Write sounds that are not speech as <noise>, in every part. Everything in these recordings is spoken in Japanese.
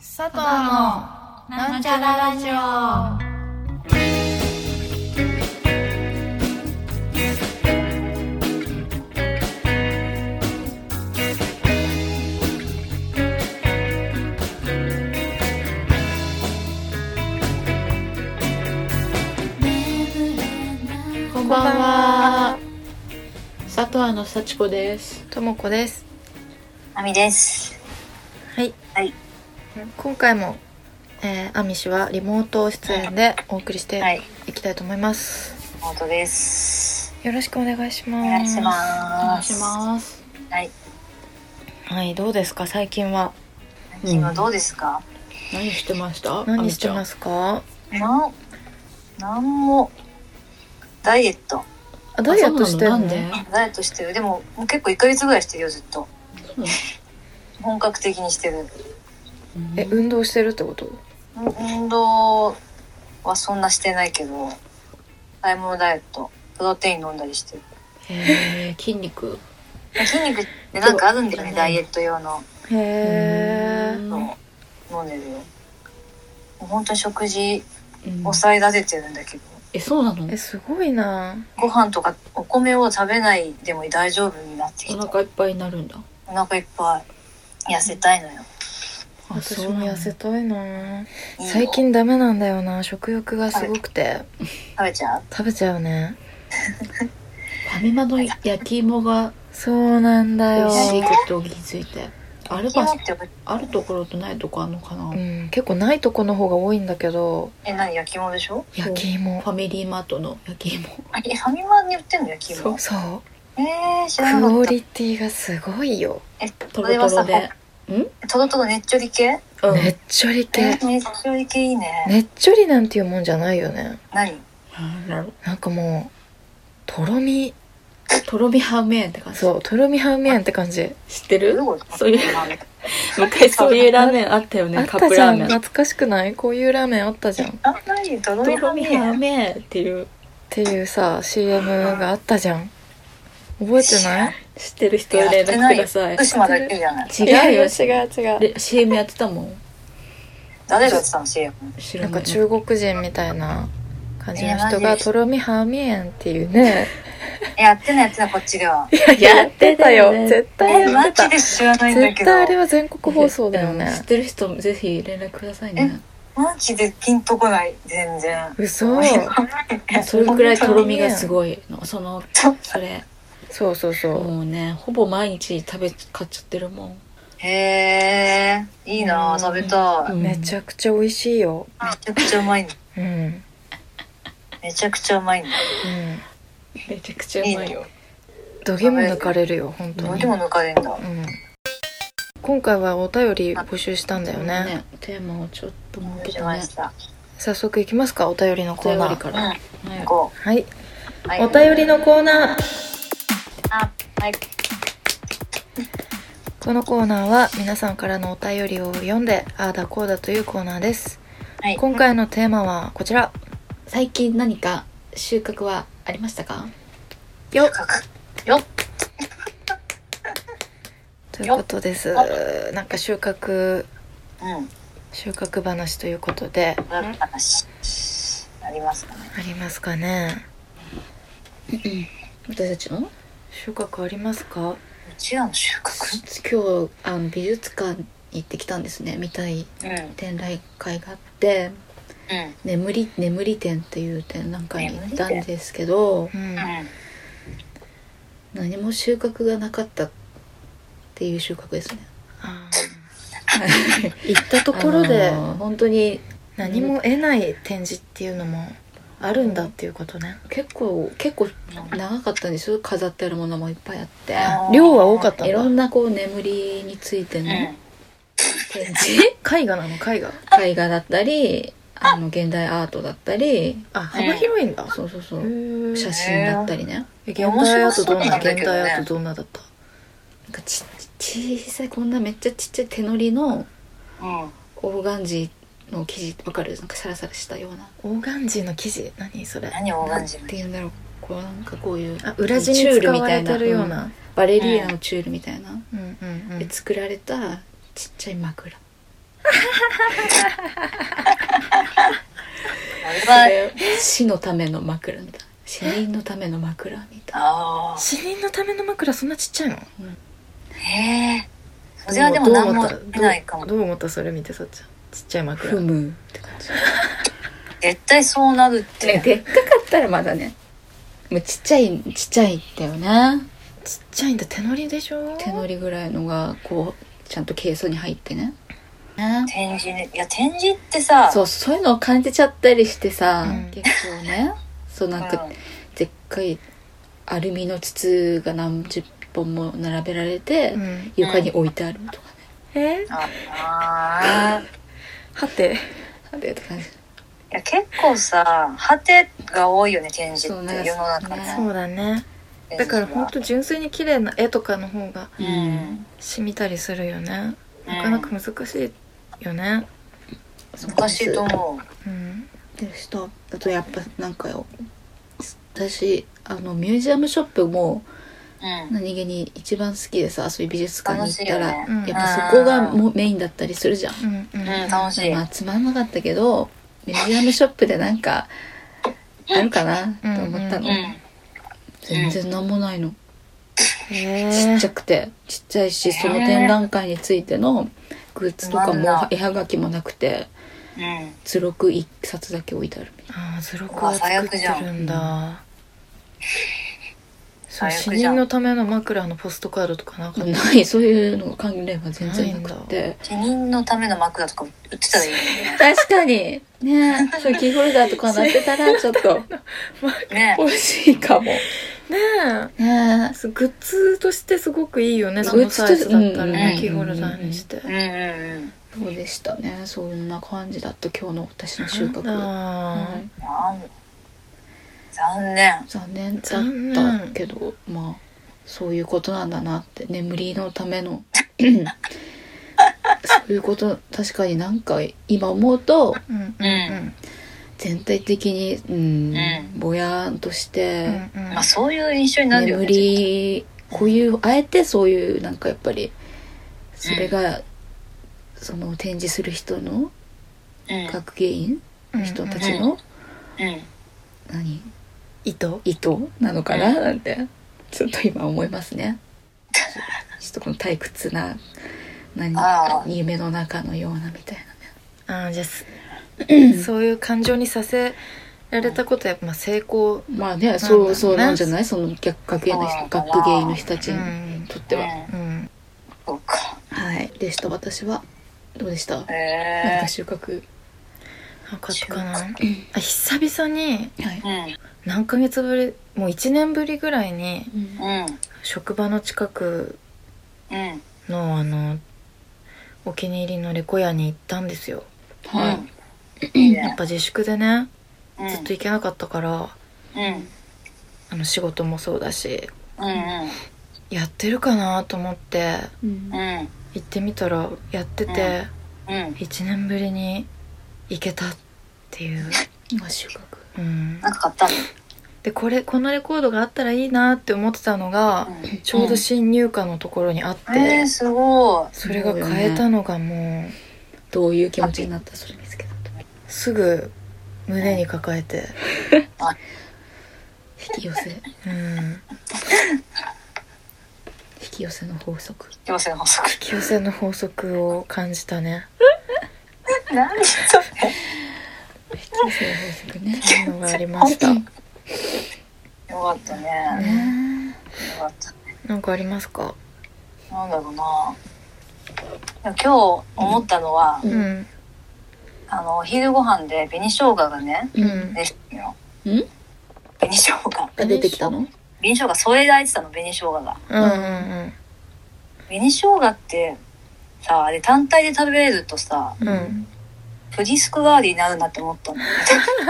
佐藤のなんちゃらラジオこんばんは。佐藤の幸子です。ともこですあみです。はい、はい今回も、えー、アミ氏はリモート出演でお送りしてはい、いきたいと思います、本当です。よろしくお願いしまおす願いしまお願いす。します。はい。はいどうですか最近は最近はどうですか？何してました？。何してますすかなん、なんもダイエット、あダイエットしてるあのそうなのなんでダイエットしてる。でももう結構一ヶ月ぐらいしてるよずっと。そうな本格的にしてる。えの運動してるってこと運動はそんなしてないけど、買い物ダイエット、プロテイン飲んだりしてる。へー筋肉。筋肉ってなんかあるんだよね、そうダイエット用の。へうーんそう飲んでるよ。もう本当に食事うん抑えられてるんだけど。えそうなのえ？すごいなご飯とかお米を食べないでも大丈夫になってきおた。腹いっぱいになるんだ。お腹いっぱい痩せたいのよ。私も痩せた。たいないいよ最近ダメなんだよな食欲がすごくて食べちゃう食べちゃうねファミマの焼き芋がそうなんだ美よ味しいことに気づいて。あれ昨ば日ってあるところとないとこあるのかなう。ん、結構ないとこの方が多いんだけどえ何焼き芋でしょ？そう焼き芋ファミリーマートの焼き芋。あえファミマに売ってんの焼きそう芋。そうえー、知らクなかオった。リティがすごいよえとそろれはとろさで。とろとろねっちょり系？うん。ねっちょりえ系ねっちょり系いいね。ねっちょりなんていうもんじゃないよね何？なんだろうなんかもうとろみとろみハーメンって感じ。そうとろみハーメンって感じ知ってどういるう？ことそういう昔そういうラーメンあったよあね。っカたップじゃラーんメン。懐かしくないこういうラーメンあったじゃんっあ何とろとみろハみハーム。メンっていうていうさ CM があったじゃん覚えてない知ってる人連絡ください福島だけじゃない。違うよいや違う違うで CM やってたもん誰がやってたの CM？知ならんなかい中国人みたいな感じの人いやマがジとろみハーメンっていうねえやってないやってないこっちでは。 <laughs> やってたよね絶対えやっマてジたで知らないんだ絶けど対。あれは全国放送だうよん知っねてる人ぜひ連絡くださいねマジでピンとこない全然。嘘それくらいとろみがすごいのそのそれそうそうそうもうねほぼ毎日食べ買っちゃってるもんへえ、いいなうんあ食べたい。うんめちゃくちゃ美味しいよめちゃくちゃうまいんだ。うんうんめちゃくちゃうまいんだ。めちゃくちゃうまいよどぎも抜かれるよ本当どにれも抜かれんだ。うん今回はお便り募集したんだよねテーマをちょっと設どけうしたまねした。早速いきますかお便りのおコー便ナりーかうらん、はいこはい、う。はいお便りのコーナーあ、はい。このコーナーは皆さんからのお便りを読んでああだこうだというコーナーですはい。今回のテーマはこちら最近何か収穫はありましたかよっ価格よっ。ということですなんか収穫うん。収穫話ということでこれ話。ありますかね。ありますかね私たちの収穫ありますかうちらの収穫。今日あの美術館行ってきたんですね見たいうん。うん。展覧会があって「眠り眠り展」っていう展覧会に行ったんですけどうんうん。何も収穫がなかったっていう収穫ですねあー行ったところであの本当に何も得ない展示っていうのもあるんだっていうことね結構結構長かったんですよ飾ってあるものもいっぱいあってあ量は多かったんいろだんなこう眠りについてのうん。展示絵画なの絵画絵画だったりあの現代アートだったりあ幅広いんだそうそうそうへえ写真だったりねえ現代アートどんな面白そうなんだ現けどね代アートどんなだったなんかちち小さいこんなめっちゃちっちゃい手乗りのうん。オーガンジーの生地わかるなんかサラサラしたようなオーガンジーの生地何それ何オーガンジっーていうんだろうこうなんかこういうあ裏地に使われてるようなバレリーナのチュールみたいな、うんうんうんで作られたちっちゃい枕それ死のための枕みたいな死人のための枕みたいああ死人のための枕そんなちっちゃいのへえそれはでも何も出ないかもどう思ったそれ見てさっちゃんちっちゃいな枕踏むって感じ絶対そうなるって、ねでっかかったらまだねもうちっちゃいちっちゃいだよねちっちゃいんだ手乗りでしょ手乗りぐらいのがこうちゃんとケースに入ってね展示ねいや展示ってさそうそういうのを感じちゃったりしてさ、うん結構ねそうなんか、うんでっかいアルミの筒が何十本も並べられて、うん床に置いてあるとかえーああーはてねでとかねいや結構さ果てが多いよね展示そうっねて世の中ねそうだねのだから本当当純粋に綺麗な絵とかの方がううんん染みたりするよねうんなかなか難しいよね難しいと思うんでしたあとやっぱなんかよ私あのミュージアムショップもううん何気に一番好きでさそういう美術館に行ったら、し楽いよねやっぱそこがもうメインだったりするじゃんうんうんうん楽しいまあつまんなかったけどミュージアムショップでなんかあるかなと思ったうの、うん全然なんもないの、へちっちゃーくてちっちゃいしその展覧会についてのグッズとかつまんもな絵はがきもなくてうん図録1冊だけ置いてあるみたいああ図録を作ってるんうだそう最死悪じゃ人んのための枕のポストカードとかなかっなないそういうのが関連が全然なくて死人のための枕とか売ってたらいいよ <laughs> ね確かにねそういうキーホルダーとかなってたらちょっとね欲しいかもたねねえそうグッズとしてすごくいいよねそグッのズとサイズだったらうねんキーホルダーにしてうんうんうんそうでしたねそんな感じだった今日の私の収穫あはいあー残念残念だ残った念けどまあそういうことなんだなって眠りのための <clears throat> そういうこと確かになんか今思うとーうんうん全体的にうん、うぼやーんとしうんて、うんまあそういう印象になるよ眠ねりこういうあえてそういうなんかやっぱりそれが、その展示する人のうん学芸員うんの人たちの、うん何糸意図なのかななんてちょっと今思います <laughs> ねちょっとこの退屈な何ああ夢の中のようなみたいああじゃあ <clears throat> すそういう感情にさせられたことはやっぱまあ成功なまあねそうそうななんだろうねんじゃないその逆学芸のそ人うかな学芸員の人たちうにんとっては、うんうんそうかはいでした私はどうでした、なんへえか収穫分かったかなあ久々にはい、何ヶ月ぶりもう1年ぶりぐらいにうんうんうん職場の近くうんのあのお気に入りのレコヤに行ったんですよはい、うんいいやっねぱ自粛でねうんずっと行けなかったから、うんあの仕事もそうだしうんやってるかなと思ってうんうんうん行ってみたらやってて、うん1年ぶりに行けたっていう、今収穫うんなん、か買ったのでこれこのレコードがあったらいいなって思ってたのが、うんちょうど新入荷のところにあって、えー、すごい。それが買えたのがもうどういう気持ちになったそれ見つ <laughs> けたとすぐ胸に抱えて、引き寄せ引うん、き寄せの法則今せの法則。強制の法則を感じたね何それ。引き寄せの法則ねそういうのがありま <laughs> したよかったね。ねよかった。なんかありますかなんだろうな。でも今日思ったのは、うんうんあのお昼ご飯で紅生姜がねううんん出てきたのよ。うん紅生姜。紅が出てきたの生姜添えられてたの紅生姜が。うんうん紅生姜ってさあれ単体で食べるとさうんフリスク代わりになるなって思ったの。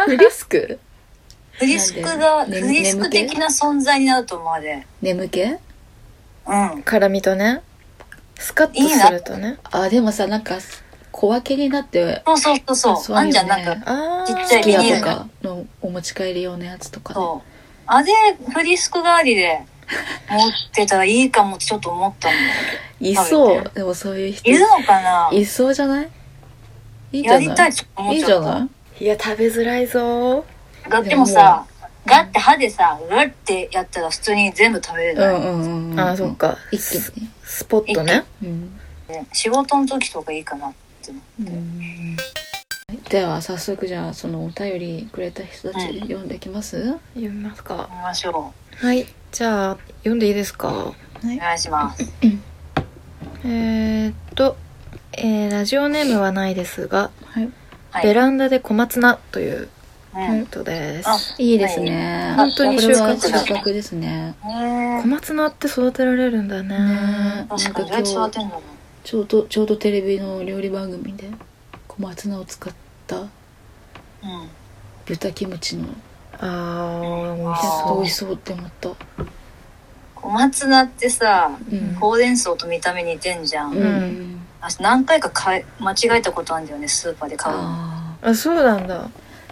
フ <laughs> リスクフリスクがフねリスク的な存在になると思われ。眠気うん。辛みとねスカッとするとねあでもさなんか小分けになってそうそうそうそう。そうよねあんじゃんなんかあちーっちゃスいキビヤニールとかのお持ち帰り用のやつとかね、そう。あれ、フリスク代わ <laughs> りで持ってたらいいかもってちょっと思ったんだけいそうでもそういう人ど。いるのかないそうじゃないいいじゃやないりたいと思っいいちじゃゃった。ないいや食べづらいぞだってもさ、だって歯でさ、うわってやったら普通に全部食べれうなんい。うんうんうんあーそっか一気にねスポットねうん、仕事の時とかいいかなって。うん、では早速じゃあそのお便りくれた人たちうん読んでいきます読みますか見ましょはいじゃあ読んでいいですかう。お願いします。えー、っと、えーラジオネームはないですが、はいはい。ベランダで小松菜といううん。ことです、あ、いいですね、本当にこ収穫れは収だ穫ですねね小松菜って育てられるんだねねえ。確かに、どうやって育てんだろう。ちょうどちょうどテレビの料理番組で小松菜を使ったうん。豚キムチのやあー美味しつそあうー美味しそうって思った小松菜ってさ、うんほうれん草と見た目似てんじゃん。うん、私何回か買い間違えたことあるんだよね、スーパーで買うの。ああそうなんだ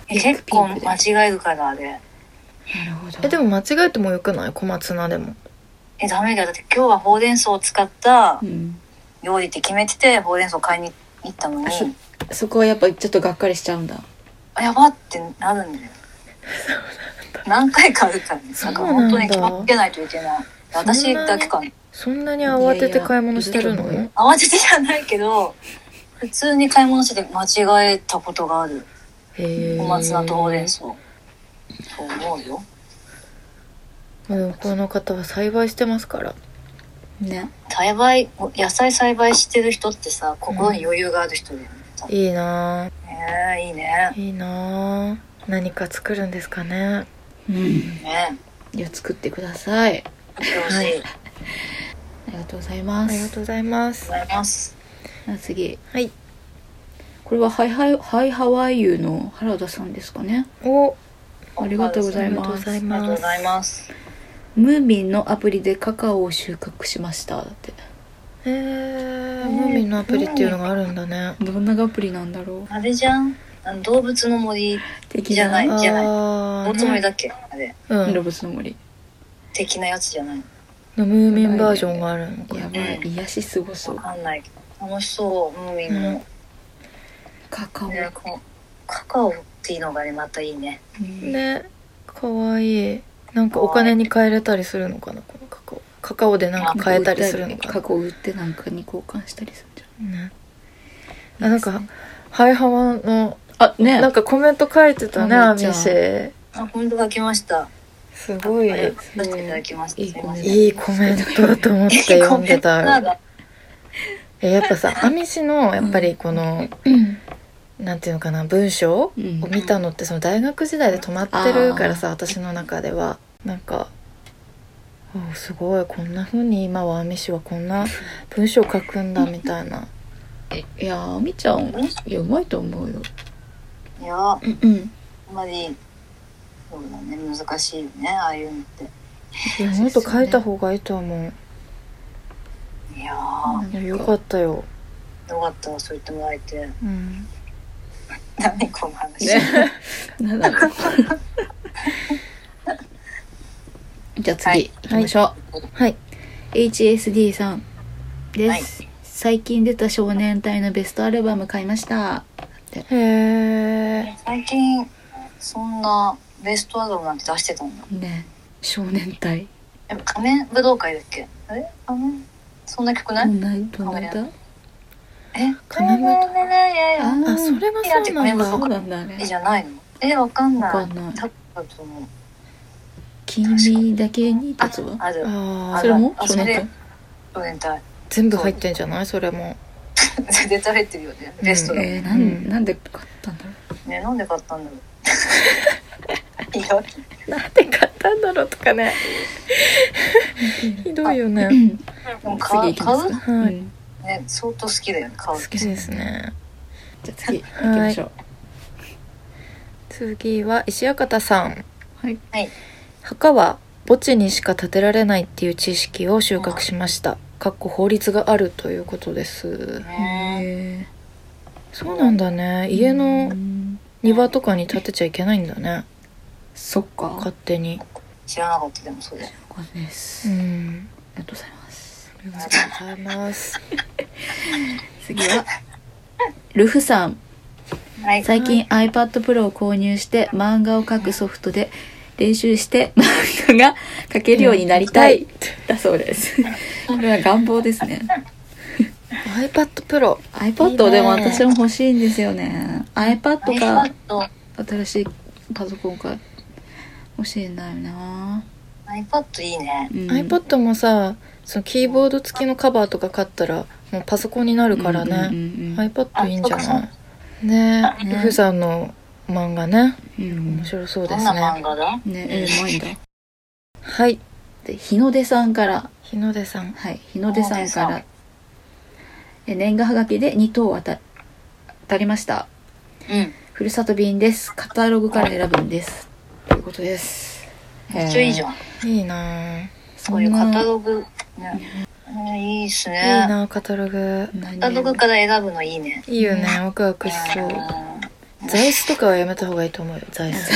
え結構間違えるから、あれ。あなるほどえでもも間違えてもよくない小松菜でもえ、ダメだよ。だって今日はほうれん草を使ったうん料理って決めてて、ほうれん草買いに行ったのにあ、そそこはやっぱちょっとがっかりしちゃうんだあやばってなるんだよ。何回かあるからね。そなうんなかんだ本当に気をつけないといけない。私だけかな。そんなに慌てて買い物してるいのやいやいい慌ててじゃないけど、普通に買い物してて間違えたことがある。へえ小松菜とほうれん草。と思うよ。まあでもこの方は栽培してますからね栽培、野菜栽培してる人ってさ、心に余裕がある人だよね。多分いいなねえいいねー。いいなー何か作るんですかねうんねいや作ってくださいえ。作ってほしい。ありがとありがとうございあまりがとすうございますうございます。あ次はいこれはハイハイハイハワイユーの原田さんですかねおありがとうごあざいりがまとうごすざいありがとうまごすざいます。ムーミンのアプリでカカオを収穫しましただってえー、ムーミンのアプリっていうのがあるんだねどんなアプリなんだろうあれじゃんあの動物の森、敵じゃないあじゃないあおつもりだっけあれ。うんロブスの森的なやつじゃないのムーミンバージョンがあるのかやばい癒しすごそわうかんないけど楽しそうムーミンうんも、カカオ、ねこうカカオっていうのがねまたいいねうんねかわいいなんかお金に換えれたりするのかなこのカカオカカオでなんか変えたりするのかカカオ売ってなんかに交換したりするんじな、ね、あゃなんかハイハワのあねなんかコメント書いてたねあアめミっちシゃあ本当が来ましたすごいあれ出していただきましたいいすいませんいいコメントだと思って読んで <laughs> たコメントよだえやっぱさアミシのやっぱりこの、うんなんていうのかな文章うんを見たのってその大学時代で止まってるからさ私の中ではなんかあすごいこんな風に今はアミシはこんな文章書くんだみたいないやーみちゃんいやうまいと思うよいやあうんうんんまりそうだね難しいよねああいうのっていやもっと書いた方がいいと思いやあういやよかったよ、よかったわそう言ってもらえてうん、何この話、ね <laughs> なんだろうじゃあ次、はい行きましょう、はい HSD さんです、はい最近出た少年隊のベストアルバム買いましたへえ最近そんなベストアルバムなんて出してたんだね少年隊やっぱ仮面武道会だっけあれ仮面そんな曲どない、んなどんな歌え仮面舞踏舞ーあそれはそうなんそだそうなんだねえじゃないのえわかんないわかんない多分だと思う君だけにってやつはあるああーそれもあ少年隊少年隊全部入ってんじゃないそれも <laughs> 絶対入ってるよねベストだ、えー、なうんんなんで買ったんだろねなんで買ったんだろ <laughs> ういやなんで買ったんだろうとかね <laughs> ひどいよう、うね、ん、で次も買行うきま買すうか、買うはいんね相当好きだよね買う好きですねじゃあ次行きましょう次は石館さんはい墓は墓地にしか建てられないっていう知識を収穫しました。かっこ法律があるということです。ねえそうなんだね。家の庭とかに建てちゃいけないんだね。そっか勝手に。知らなかったでもそうだよこれです、うあん。りがとうございますありがとうございます。次はルフさんはい。最近 iPad Pro を購入して漫画を描くソフトで練習して漫画が描けるようになりたい、だそうですこれは願望ですね iPad Pro iPad でも私も欲しいんですよね iPad か iPad、新しいパソコンか欲しいんだよな、 iPad いいね。うん iPad もさそのキーボード付きのカバーとか買ったらもうパソコンになるからうんね、うんうん iPad いいんじゃあそうなかいねえねゆふさんの漫画ねうん面白そうどでんすな漫ね画だねえうまいんだはいで日の出さんから日の出さんはい日の出さんか日の出らえ年賀はがきで2等渡たりましたうん。ふるさと便ですカタログから選ぶんですということですめっちゃいいじんゃん。いいなあいそういうカタグログ。ね。うんいいっすいね。なあカタログカタログから選ぶのいいね。いいよねワクワクしそう座椅子とかはやめた方がいいと思うよ座椅子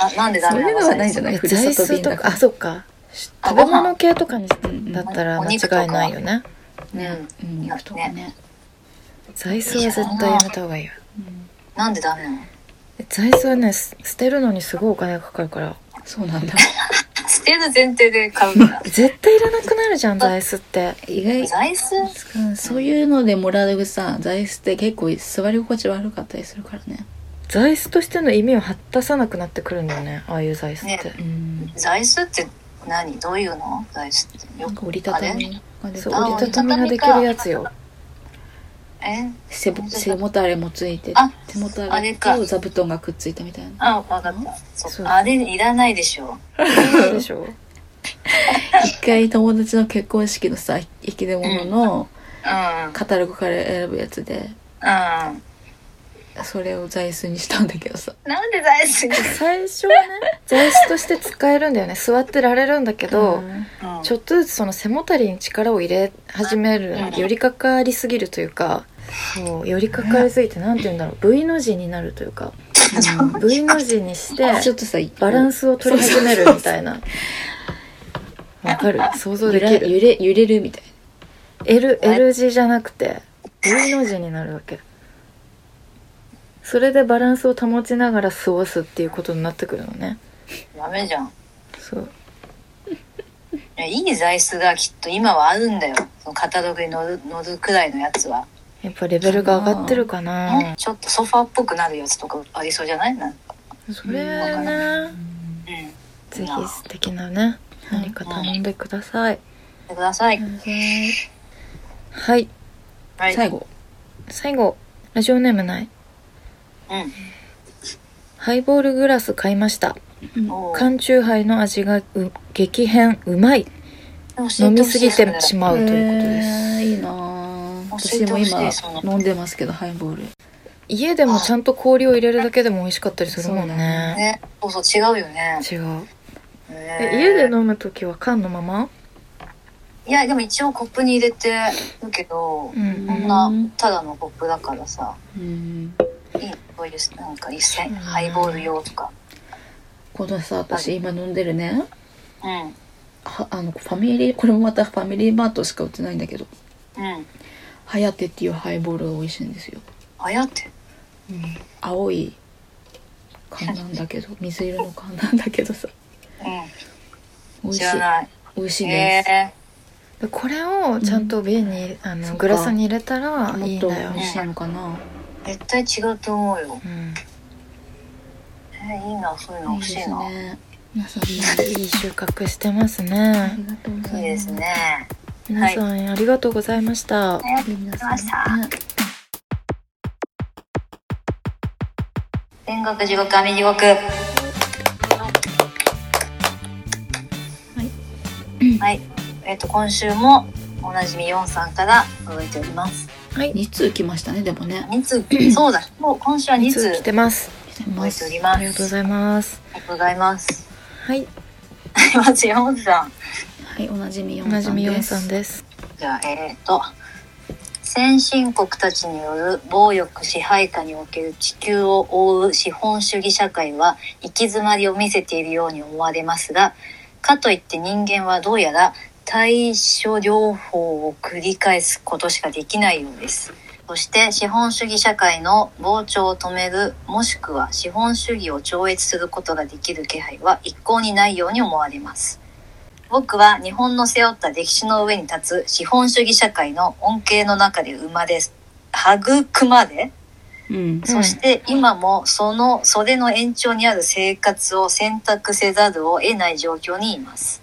あ、なんでダそうメいうのなのはないんじゃ <laughs> ないえふ座る椅さと子便だとかかあらそっかあ食べ物系とかにうんうんだったら間違いないよねうん。うん肉とかね座椅子は絶対やめた方がいいようんなんでダメなので座椅子はねす捨てるのにすごいお金がかかるからそうなんだ捨てる前提で買うんだ。絶対いらなくなるじゃん座椅子って意外座椅子うんそういうのでもらうさ座椅子って結構座り心地悪かったりするからね座椅子としての意味を果たさなくなってくるんだよねああいう座椅子って、うん座椅子って何どういうの座椅子って。よなんくか折りたたみができそるうあ折りたたみができるやつよえ背ぼ背もたれもついてあ手もたあれれかと座布団がくっついたみたいなあ、わかっうんた。そそううあれいらないでしょ。そうでしょ一回友達の結婚式のさ駅伝物のうん。うん。カタログから選ぶやつでそれを座椅子にしたんだけどさなんで大好き最初はね座椅子として使えるんだよね座ってられるんだけど、うんちょっとずつその背もたれに力を入れ始めるうん寄りかかりすぎるというかそう寄りかかりすぎてなんて言うんだろう V の字になるというか V の字にしてちょっとさバランススを取り始めるみたいなわかる想像揺でらき揺るれ揺れるみたい L, L 字じゃなくて V の字になるわけそれでバランスを保ちながら過ごすっていうことになってくるのねダメじゃん。いそうや、いい座椅子がきっと今はあるんだよ。そのカタログに乗る、乗るくらいのやつは。やっぱレベルが上がってるかなちょっとソファーっぽくなるやつとかありそうじゃないなんか。それねうん。やっぜひ素敵なねうん何か頼んでくださいてください。なははいはい。い最後最後ラジオネームないうん。ハイボールグラス買いましたおう缶チューハイの味がう激変うまい教え飲みほしすいぎそれてしまうということですへーいいなぁ教私えてもほしい今その飲んでますけどハイボール家でもちゃんと氷を入れるだけでも美味しかったりするもんそうだねね。そうそう、違うよね。違うねえ家で飲む時は缶のままいや、でも一応コップに入れてるけど、うんこんな、ただのコップだからさ、うんいい、そういう、なんか、一線、ハイボール用とか。このさ私今飲んでるねうん。はあのファミリーこれもまたファミリーマートしか売ってないんだけどうん。ハヤテっていうハイボールが美味しいんですよ、はやって。青い缶なんだけど水色の缶なんだけどさう美ん。味知しいらない。美味しいです、えでこれをちゃんと瓶にあそっのかグラスに入れたらいもいっんとだ美よ味しいのかなー、絶対違うと思うよ。うんえー、いいな、そういうの美欲味ししいいな。いね皆さんもいい収穫してますあねりがとうございますいですね。皆さんありがとうございました皆さんありがとうございね天国地獄、網地獄。はい。はい。えっ、と、今週も、おなじみヨンさんから届いております。はい2通来ましたねでもね2通、そうだ。もう今週は2通来てます来てま届いておすりあます。りがとうございますありがとうございます。 <laughs> はいまず山本さん。はいおなじみお4なじさみんよでんさんすですじゃあ、えっ、と、先進国たちによる暴力支配下における地球を覆う資本主義社会は行き詰まりを見せているように思われますが、かといって人間はどうやら対処療法を繰り返すことしかできないようです。そして資本主義社会の膨張を止めるもしくは資本主義を超越することができる気配は一向にないように思われます。僕は日本の背負った歴史の上に立つ資本主義社会の恩恵の中で生まれ、育まれ、うんそして今もそのそれの延長にある生活を選択せざるを得ない状況にいます。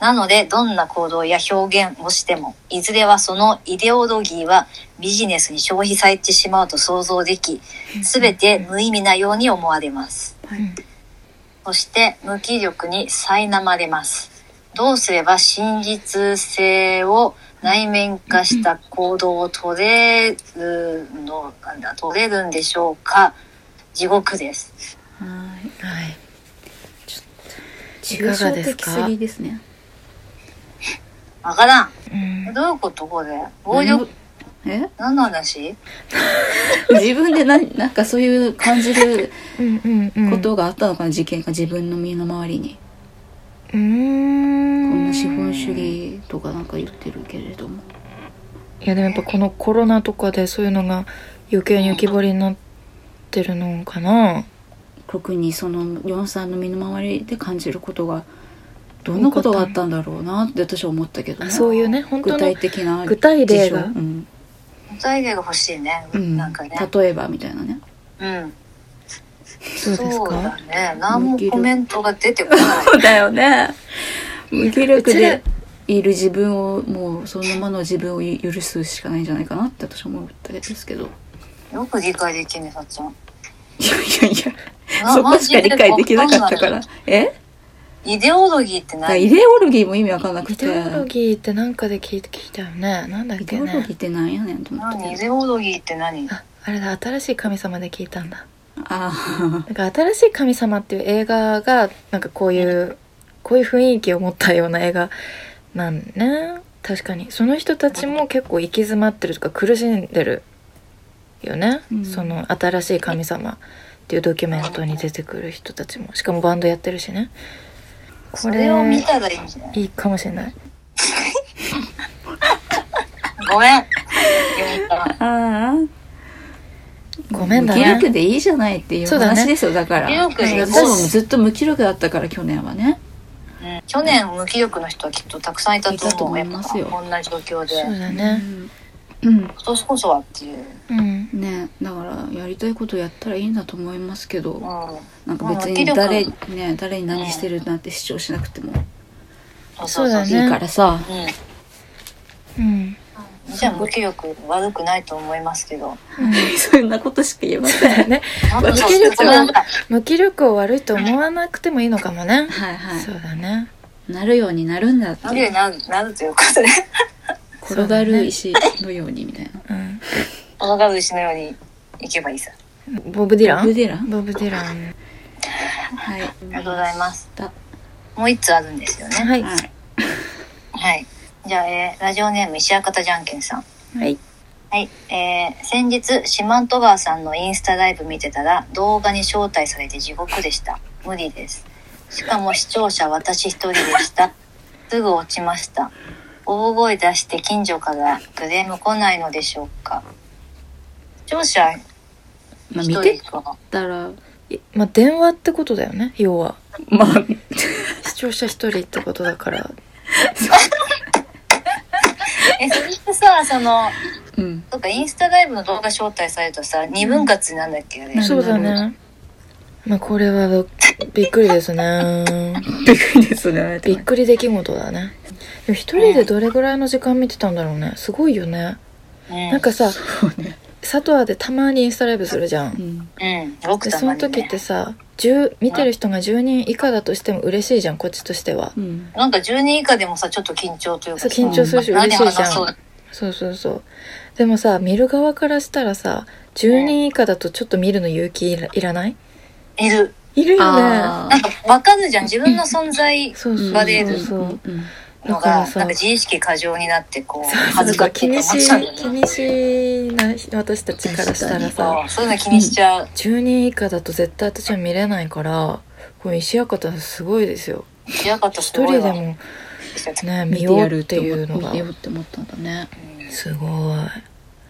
なのでどんな行動や表現をしてもいずれはそのイデオロギーはビジネスに消費されてしまうと想像でき全て無意味なように思われます。うんそして無気力に苛まれます。どうすれば真実性を内面化した行動を取れるの、なんだ、取れるんでしょうか地獄です。はいはいいか抽が象です的かすぎですねわからん。うんえどういうことこれ暴力、え何の話自分でななんかそういう感じるうんうんうんことがあったのかな事件が自分の身の回りにうーんこんな資本主義とかなんか言ってるけれどもいやでもやっぱこのコロナとかでそういうのが余計に浮き彫りになってるのかな特にその4歳の身の回りで感じることがどんなことがあったんだろうなって私は思ったけどねそういうね本当具の体的な具体例が事情うん財源が欲しいね。うん、なんかね。例えばみたいなねうん。そうですそうだかね。何もコメントが出てこない。そうだよね無気う力ちらでいる自分をもうそのままの自分を許すしかないんじゃないかなって私は思ったんですけどよく理解できんね、さっちゃん。いやいやいやなそこしか理解できなかったか。マらジでえイデオロギーってだから何イデオロギーも意味わかんなくイてデオロギーってなんかで聞いて聞いたよねなんだっイけデオロギねーってなんやねんと思って何イデオロギーって何ああれだ新しい神様で聞いたんだああなんか新しい神様っていう映画がなんかこういうこういう雰囲気を持ったような映画なんね確かにその人たちも結構行き詰まってるとか苦しんでるよね、うんその新しい神様っていうドキュメントに出てくる人たちもしかもバンドやってるしねこそれれを見たらいいんじゃないいいかもしれないごめん。読みたあ <laughs> ごめんだ無気力ねでいいじゃないっていうそうだね話ですよだから無気力でいい私もずっと無気力だったから去年はねうん、去年無気力の人はきっとたくさんいたといたと思う思いますよやっぱこんな状況でそうだねうん、うん今年こそはっていう、うんねだからやりたいことやったらいいんだと思いますけうどん、なんかまあ別無気に力誰,、ね、誰に何してるなんて主張しなくてもそうだいいねから <laughs> さ、うんうん、じゃあ無気力悪くないと思いますけどそんなことしか言えま <laughs> せんねなん無か気そう力ごめんなさい無気力を悪いと思わなくてもいいのかもね、はいはそうだねいなるようになるんだって無気力になるなるということで転がる石のようにみたいなうん転がる石のように行けばいいさボブ・ディラブンディランボブ・ディランはいありがとうございますはもう一つあるんですよねはいい。はいじゃあ、えーラジオネーム石赤じゃんけんさんはい。はい、えー先日四万十川さんのインスタライブ見てたら動画に招待されて地獄でした無理ですしかも視聴者私一人でした <laughs> すぐ落ちました大声出して近所からクレーム来ないのでしょうか視聴者まあ一見人てかたらまあ、電話ってことだよね、要は。まあ視聴者一人ってことだから。えそれってさそのうんなんかインスタライブの動画招待されるとさ二分割になんだっけあれ、うんそうだね。まあ、これはどびっくりですね。びっくりですねびっくり出来事だね。でも一人でどれぐらいの時間見てたんだろうね。すごいよね。うんなんかさ、そうねサトアでたまにインスタライブするじうゃ。んんうんごくで、たそまのに、ね、時ってさ、10見てる人が10人以下だとしても嬉しいじゃん、こっちとしては。うんなんか10人以下でもさちょっと緊張というかさそう緊張するし何嬉しいじゃん話そそううそうそう。でもさ、見る側からしたらさ、10人以下だとちょっと見るの勇気いらいらないいるいるよね。あなんかわかるじゃん自分の存在そうそうバレーそう部そう。うんうんのだからがさなんか自意識過剰になってこう恥恥ずずかか気しくになっしちゃうんだよ気ねにしない私たちからしたらそさうそういうの気にしちゃう、 10人以下だと絶対私は見れないからこれ石赤さんすごいですよ嫌かったす一ご人いでわもうね見見てよやうるっってていいううののが見てようって思ったんだねんすごい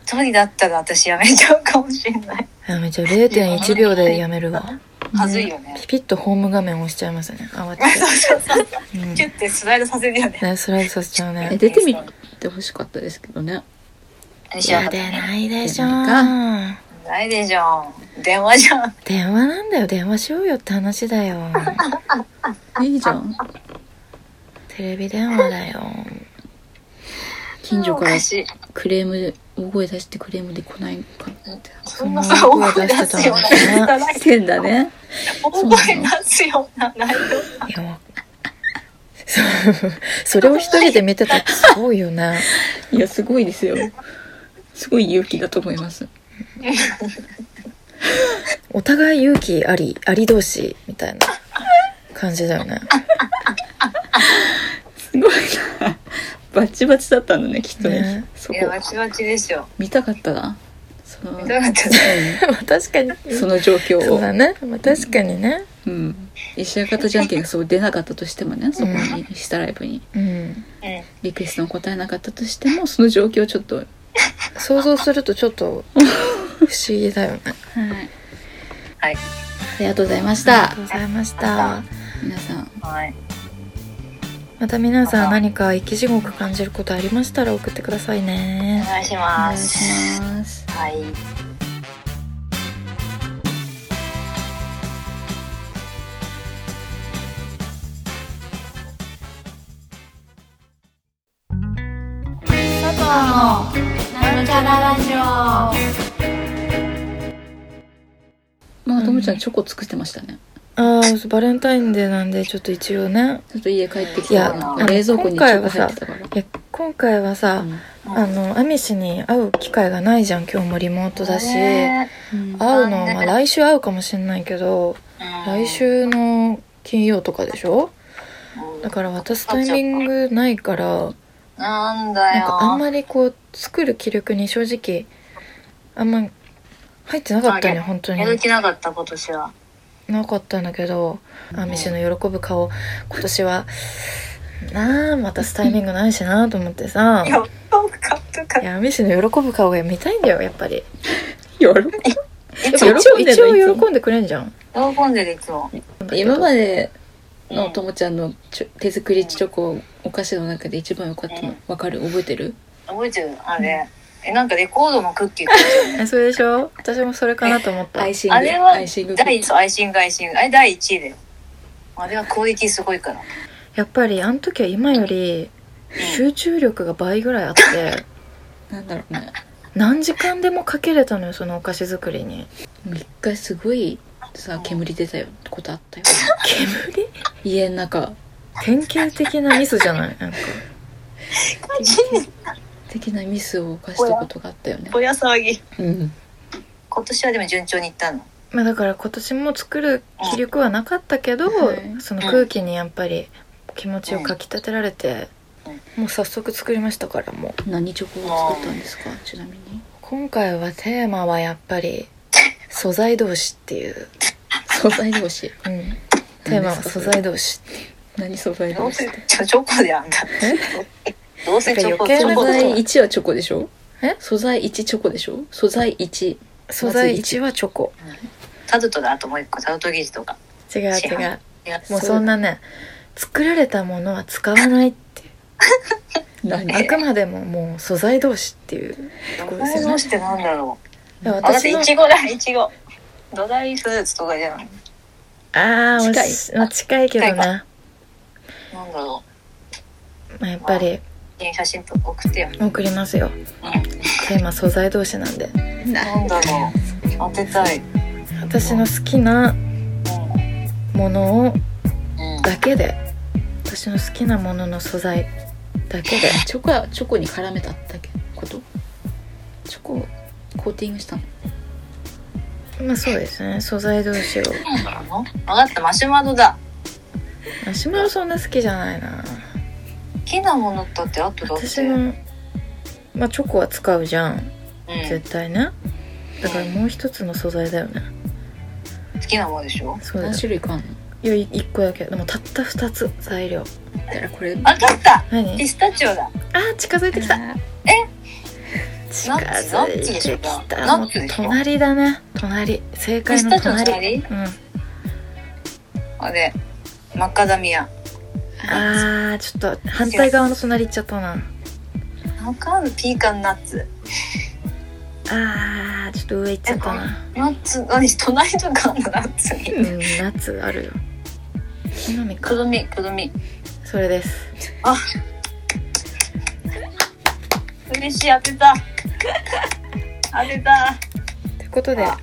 一人だったら私やめちゃうかもしれない。やめちゃう0.1秒でやめるわはずいよね。ピピッとホーム画面押しちゃいますね慌てそうそうそう。て、うん、キュッてスライドさせるよね。ねスライドさせちゃうえね出てみてほしかったですけどねあれいしようや出ないでしょ出ないでしょ。電話じゃん。電話なんだよ電話しようよって話だ <laughs> よいいじゃんテレビ電話だよ近所かおらかしい。クレームで大声出してクレームで来ないかなってそんなさ、大声出すような。してんだね大声出すような内容。いやわそうそれを一人で見てたってすごいよねいやすごいですよすごい勇気だと思いますお互い勇気ありあり同士みたいな感じだよね <laughs> すごいなバチバチだったんだねきっとねねそいこや、バチバチでしょ。見たかったなその見たかったねまあ確かにうんその状況そうだを、ね、まあ、確かにねうん、石館じゃんけんがそう出なかったとしてもねそこに下ライブにうんうリクエストに答えなかったとしてもその状況をちょっと、はい、想像するとちょっと不思議だよねん。はい。ありがとうございましありがたとうございました皆さんはい。また皆さん何か生き地獄感じることありましたら送ってくださいおね願いしお願まいしす。ますはい。まあ、ともちゃんチョコ作ってましたね。ああバレンタインデーなんでちょっと一応ねちょっと家帰ってきいやたら、冷蔵庫にチョコ入ってたから。いや今回はさ、あのアミシに会う機会がないじゃん今日もリモートだし、ねうん会うのは、まあ、来週会うかもしれないけどうん来週の金曜とかでしょだから渡すタイミングないからなんだなんよ。かあんまりこう作る気力に正直あんま入ってなかったあね本当にやる気なかった今年は。なかったんだけどアミシの喜ぶ顔今年はなあ渡すタイミングないしなと思ってさいや、そうか、とかい。やアミシの喜ぶ顔が見たいんだよやっぱり喜ん喜一んでんの応一いつ応も喜んでくれんじゃん喜んでるいつも。今までのともちゃんのちょ手作りチョコ、お菓子の中で一番良かったの、わかる覚えてる覚えてるあれ。え、なんかレコードのクッキー買っちゃうえそれでしょ私もそれかなと思ったアイシング。あれはアイシング。第一、そうアイシング、アイシング。あれ第1位だよ。あれはクオリティすごいから。やっぱりあの時は今より集中力が倍ぐらいあってなんだろうね。何時間でもかけれたのよそのお菓子作 <laughs> りに一回すごい、さ、煙出たよってことあったよ。 <laughs> 煙家の中。典型的なミスじゃないなんか的なミスを犯したことがあったよね。おや騒ぎ。うん。今年はでも順調にいったの。まあだから今年も作る気力はなかったけど、はいその空気にやっぱり気持ちをかきたてられて、もう早速作りましたからもう何チョコを作ったんですかちなみに。今回はテーマはやっぱり素材同士っていう、素材同士。うん、テーマは素材同士何素材ど同う士せチョチョコであんだ。どうせチョコ、チだか素らョコ余計な材1はチョコでしょえ素材1チョコでしょ素材1素材1はチョコタルトだ、あともう一個。タルト生地とか。違う違市販ういや、もうそんなね作られたものは使わないっていう何あくまでももう素材同士っていうところですどようねしてなんだろでう。私私、のいちごだ、いちご。ドライフルーツとかじゃない。ああ近い近い,、まあ、近いけど近いね、なんだろまあ、やっぱりう。写真と送ってよ。送りますよテーマ素材同士なんでなんだろう。当てたい。うん。私の好きなものをうん。だけで私の好きなものの素材だけでチョコはチョコに絡めただけことチョコをコーティングしたのまあそうですね素材同士をなんだろうな。わかった、マシュマロだ。マシュマロそんな好きじゃないな好きなものだって、あとだって。私もまあチョコは使うじゃんうん。絶対ねだからもう一つの素材だよね好きなものでしょそうだよ何種類かあんのいやい一個だけでもたった二つ材料だからこれわかった何ピスタチオだ。あー近づいてきたえ近近づいてきたナもうッツでしょ隣だね隣正解のピスタチオの隣、隣うん、あれマカダミアあーちょっと反対側の隣行っちゃったなわかるピーカンナッツあーちょっと上行っちゃったなナッツ何隣とかあんのナッツうにん夏あるよ木の実くかるみくるみそれです嬉しい当てた当てたということであ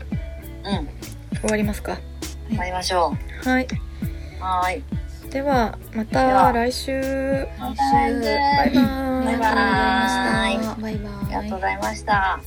うん終わりますか終わりましょはいうはーいではまでたは来週また来週バイバーイバイバーイバイバイありがとうございました。